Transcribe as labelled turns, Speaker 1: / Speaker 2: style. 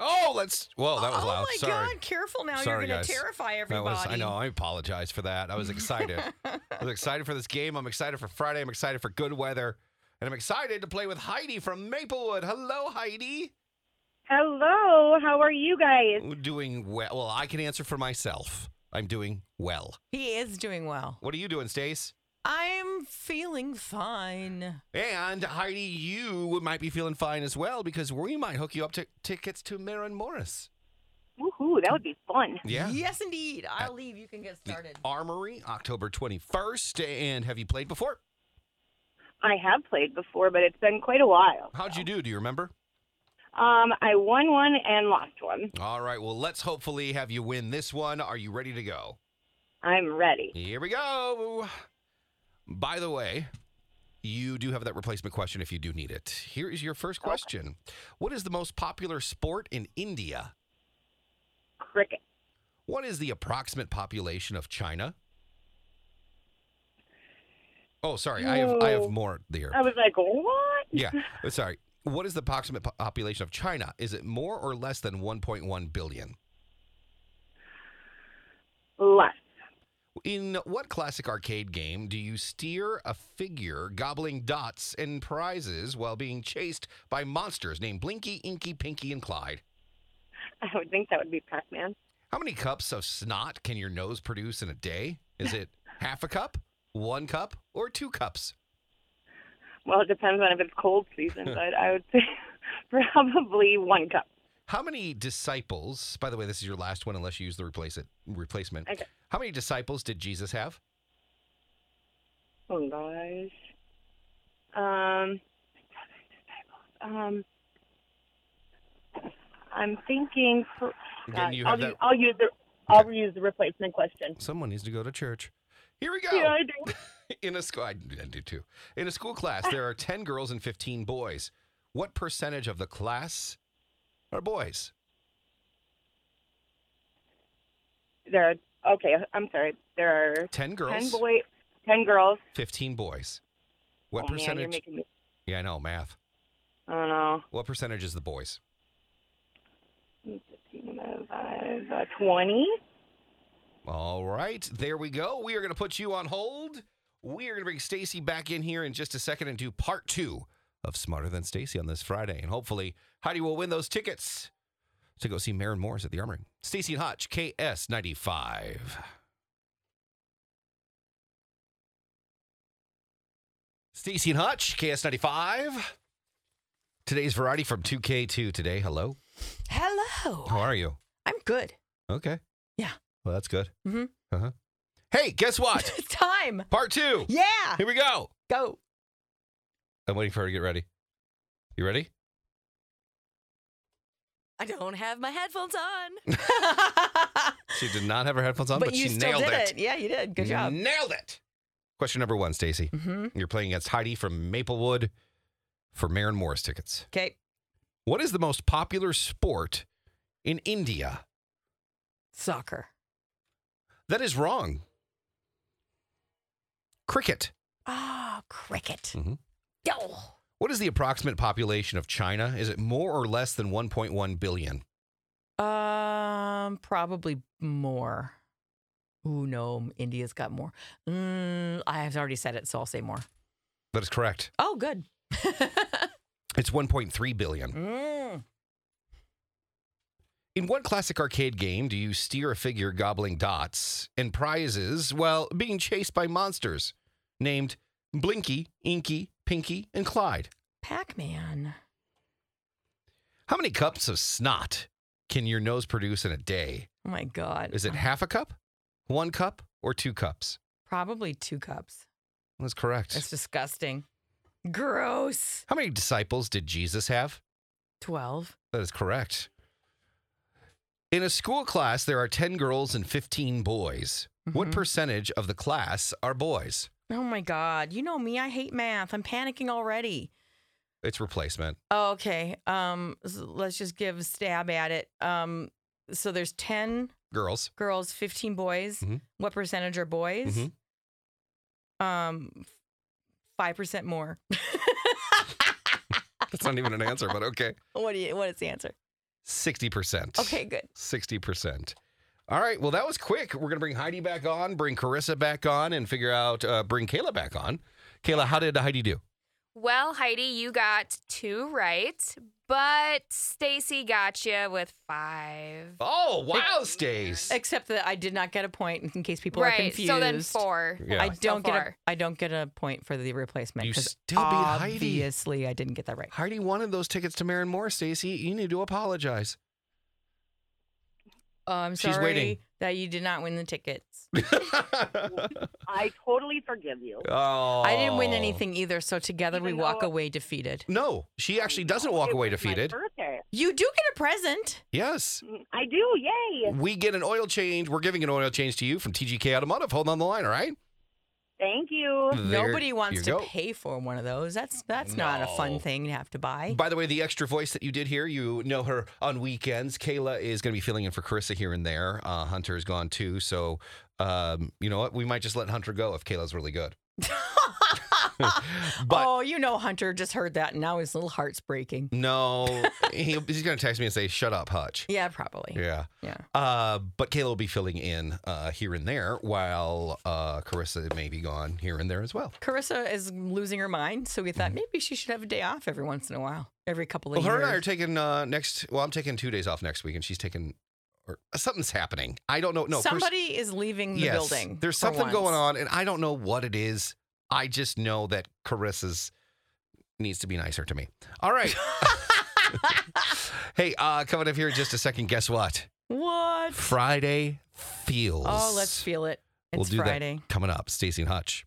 Speaker 1: Oh, let's. Whoa, that was
Speaker 2: oh
Speaker 1: loud.
Speaker 2: my
Speaker 1: Sorry.
Speaker 2: God! Careful now.
Speaker 1: Sorry,
Speaker 2: You're going
Speaker 1: guys.
Speaker 2: to terrify
Speaker 1: That
Speaker 2: everybody.
Speaker 1: was- I know. I apologize for that. I was excited. I was excited for this game. I'm excited for Friday. I'm excited for good weather. And I'm excited to play with Heidi from Maplewood. Hello, Heidi.
Speaker 3: Hello, how are you guys?
Speaker 1: Doing well. Well, I can answer for myself. I'm doing well.
Speaker 2: He is doing well.
Speaker 1: What are you doing, Stace?
Speaker 2: I'm feeling fine.
Speaker 1: And Heidi, you might be feeling fine as well because we might hook you up to tickets to Marin Morris.
Speaker 3: Woohoo, that would be fun.
Speaker 1: Yeah. Uh,
Speaker 2: Yes, indeed. I'll leave. You can get started.
Speaker 1: Armory, October 21st. And have you played before?
Speaker 3: I have played before, but it's been quite a while.
Speaker 1: How'd
Speaker 2: Oh.
Speaker 1: you do? Do you remember?
Speaker 3: Um, I won one and lost one.
Speaker 1: All right. Well, let's hopefully have you win this one. Are you ready to go?
Speaker 3: I'm ready.
Speaker 1: Here we go. By the way, you do have that replacement question if you do need it. Here is your first question What is the most popular sport in India?
Speaker 3: Cricket.
Speaker 1: What is the approximate population of China? Oh, sorry. I have I have
Speaker 3: No. Um,
Speaker 1: more there.
Speaker 3: I was like, what?
Speaker 1: Yeah. Sorry. What is the approximate po- population of China? Is it more or less than 1.1 billion?
Speaker 3: Less.
Speaker 1: In what classic arcade game do you steer a figure gobbling dots and prizes while being chased by monsters named Blinky, Inky, Pinky, and Clyde?
Speaker 3: I would think that would be Pac Man.
Speaker 1: How many cups of snot can your nose produce in a day? Is it half a cup, one cup, or two cups?
Speaker 3: Well, it depends on if it's cold season, but I would say probably one cup.
Speaker 1: How many disciples? By the way, this is your last one, unless you use the replace it, replacement.
Speaker 3: Okay.
Speaker 1: How many disciples did Jesus have?
Speaker 3: Oh, gosh. Um, um, I'm thinking. For,
Speaker 1: Again,
Speaker 3: God,
Speaker 1: you
Speaker 3: I'll,
Speaker 1: have
Speaker 3: use,
Speaker 1: that.
Speaker 3: I'll use the. I'll reuse the replacement question.
Speaker 1: Someone needs to go to church. Here we go.
Speaker 3: Yeah, I do.
Speaker 1: In a school, I I do too. In a school class, there are 10 girls and 15 boys. What percentage of the class are boys?
Speaker 3: There are okay. I'm sorry. There are
Speaker 1: 10
Speaker 3: ten
Speaker 1: girls,
Speaker 3: boy, ten girls.
Speaker 1: 15 boys. What
Speaker 3: oh, Man, you're
Speaker 1: percentage?
Speaker 3: making me.
Speaker 1: yeah, I know, math.
Speaker 3: I don't know.
Speaker 1: What percentage is the boys?
Speaker 3: 15, uh, uh, Twenty.
Speaker 1: All right, there we go. We are going to put you on hold. We are going to bring Stacy back in here in just a second and do part two of Smarter Than Stacy on this Friday. And hopefully, Heidi will win those tickets to go see Marin Morris at the Armory. Stacy and Hotch, KS95. Stacy and Hutch, KS95. Today's variety from 2K2 today. Hello. How
Speaker 2: Hello.
Speaker 1: are you?
Speaker 2: I'm good.
Speaker 1: Okay.
Speaker 2: Yeah.
Speaker 1: Well, that's good.
Speaker 2: Mhm.
Speaker 1: Uh huh. Hey, guess what?
Speaker 2: It's time.
Speaker 1: Part two.
Speaker 2: Yeah.
Speaker 1: Here we go.
Speaker 2: Go.
Speaker 1: I'm waiting for her to get ready. You ready?
Speaker 2: I don't have my headphones on.
Speaker 1: She did not have her headphones on, but,
Speaker 2: you
Speaker 1: she
Speaker 2: still
Speaker 1: nailed
Speaker 2: did it. Yeah, you did. Good job.
Speaker 1: Nailed it. Question number one, Stacy.
Speaker 2: Mm-hmm.
Speaker 1: You're playing against Heidi from Maplewood for Marin Morris tickets.
Speaker 2: Okay.
Speaker 1: What is the most popular sport in India?
Speaker 2: Soccer.
Speaker 1: That is wrong. Cricket.
Speaker 2: Ah, cricket.
Speaker 1: Mhm.
Speaker 2: Oh,
Speaker 1: What is the approximate population of China? Is it more or less than 1.1 billion?
Speaker 2: Um, probably more. Ooh, no, India's got more. Mm, I have already said it, so I'll say more.
Speaker 1: That is correct.
Speaker 2: Oh, good.
Speaker 1: It's 1.3 billion.
Speaker 2: Mm.
Speaker 1: In what classic arcade game do you steer a figure gobbling dots and prizes while being chased by monsters named Blinky, Inky, Pinky, and Clyde?
Speaker 2: Pac-Man.
Speaker 1: How many cups of snot can your nose produce in a day?
Speaker 2: Oh my God.
Speaker 1: Is it half a cup, one cup, or two cups?
Speaker 2: probably two cups?
Speaker 1: That's correct.
Speaker 2: That's disgusting. Gross.
Speaker 1: How many disciples did Jesus have?
Speaker 2: Twelve.
Speaker 1: That is correct. In a school class, there are 10 girls and 15 boys. What
Speaker 2: Mhm.
Speaker 1: percentage of the class are boys?
Speaker 2: Oh my God. You know me. I hate math. I'm panicking already.
Speaker 1: It's replacement.
Speaker 2: Oh, okay. Um, s- let's just give a stab at it. Um, so there's ten
Speaker 1: Girls.
Speaker 2: girls, 15 boys.
Speaker 1: Mhm.
Speaker 2: What percentage are boys?
Speaker 1: Mhm. Mm-hmm.
Speaker 2: Um, 5% more.
Speaker 1: That's not even an answer, but okay.
Speaker 2: what do you, what is the answer?
Speaker 1: 60%.
Speaker 2: Okay, good.
Speaker 1: 60%. All right. Well, that was quick. We're going to bring Heidi back on, bring Carissa back on, and figure out, uh, bring Kayla back on. Kayla, how did Heidi do?
Speaker 4: Well, Heidi, you got two right, but Stacy got you with five.
Speaker 1: Oh, wow, Stace.
Speaker 2: Except that I did not get a point in case people are
Speaker 4: right.
Speaker 2: confused.
Speaker 4: So then four.
Speaker 1: Yeah.
Speaker 2: I
Speaker 4: so
Speaker 2: don't get a
Speaker 4: far.
Speaker 2: I don't get a point for the replacement
Speaker 1: You
Speaker 2: because
Speaker 1: still beat Heidi.
Speaker 2: obviously I didn't get that right.
Speaker 1: Heidi wanted those tickets to Marin Moore, Stacy. You need to apologize.
Speaker 2: Oh, I'm
Speaker 1: She's
Speaker 2: sorry
Speaker 1: waiting.
Speaker 2: that you did not win the tickets.
Speaker 3: I totally forgive you.
Speaker 1: oh.
Speaker 2: I didn't win anything either, so together we
Speaker 3: Even
Speaker 2: walk
Speaker 3: though-
Speaker 2: away defeated.
Speaker 1: No, she actually doesn't walk
Speaker 3: It
Speaker 1: away
Speaker 3: was my
Speaker 1: defeated.
Speaker 3: birthday. Mm,
Speaker 2: You do get a present.
Speaker 1: Yes.
Speaker 3: I do. Yay.
Speaker 1: We get an oil change. We're giving an oil change to you from TGK Automotive. Hold on the line, all right?
Speaker 3: Thank you.
Speaker 1: There
Speaker 2: Nobody wants
Speaker 1: you
Speaker 2: to
Speaker 1: go.
Speaker 2: pay for one of those. That's that's not a
Speaker 1: No.
Speaker 2: fun thing to have to buy.
Speaker 1: By the way, the extra voice that you did hear, you know her on weekends. Kayla is going to be filling in for Carissa here and there. Uh, Hunter is gone too. So, um, you know what? We might just let Hunter go if Kayla's really good. But-
Speaker 2: oh, you know, Hunter just heard that, and now his little heart's breaking.
Speaker 1: No, he, he's going to text me and say, shut up, Hutch.
Speaker 2: Yeah, probably.
Speaker 1: Yeah.
Speaker 2: Yeah.
Speaker 1: Uh, but Kayla will be filling in uh, here and there while uh, Carissa may be gone here and there as well.
Speaker 2: Carissa is losing her mind, so we thought maybe she should have a day off every once in a while, every couple
Speaker 1: Mm-hmm. Well,
Speaker 2: of
Speaker 1: her
Speaker 2: years.
Speaker 1: and I are taking uh, next. Well, I'm taking two days off next week, and she's taking. Or, something's happening. I don't know. No, first-
Speaker 2: Somebody is leaving the
Speaker 1: yes,
Speaker 2: building.
Speaker 1: There's
Speaker 2: for
Speaker 1: something going on,
Speaker 2: once.
Speaker 1: and I don't know what it is. I just know that Carissa's needs to be nicer to me. All right. hey, uh, coming up here in just a second. Guess what?
Speaker 2: What?
Speaker 1: Friday feels.
Speaker 2: Oh, let's feel it. It's
Speaker 1: We'll do that
Speaker 2: Friday.
Speaker 1: coming up. Stacey and Hutch.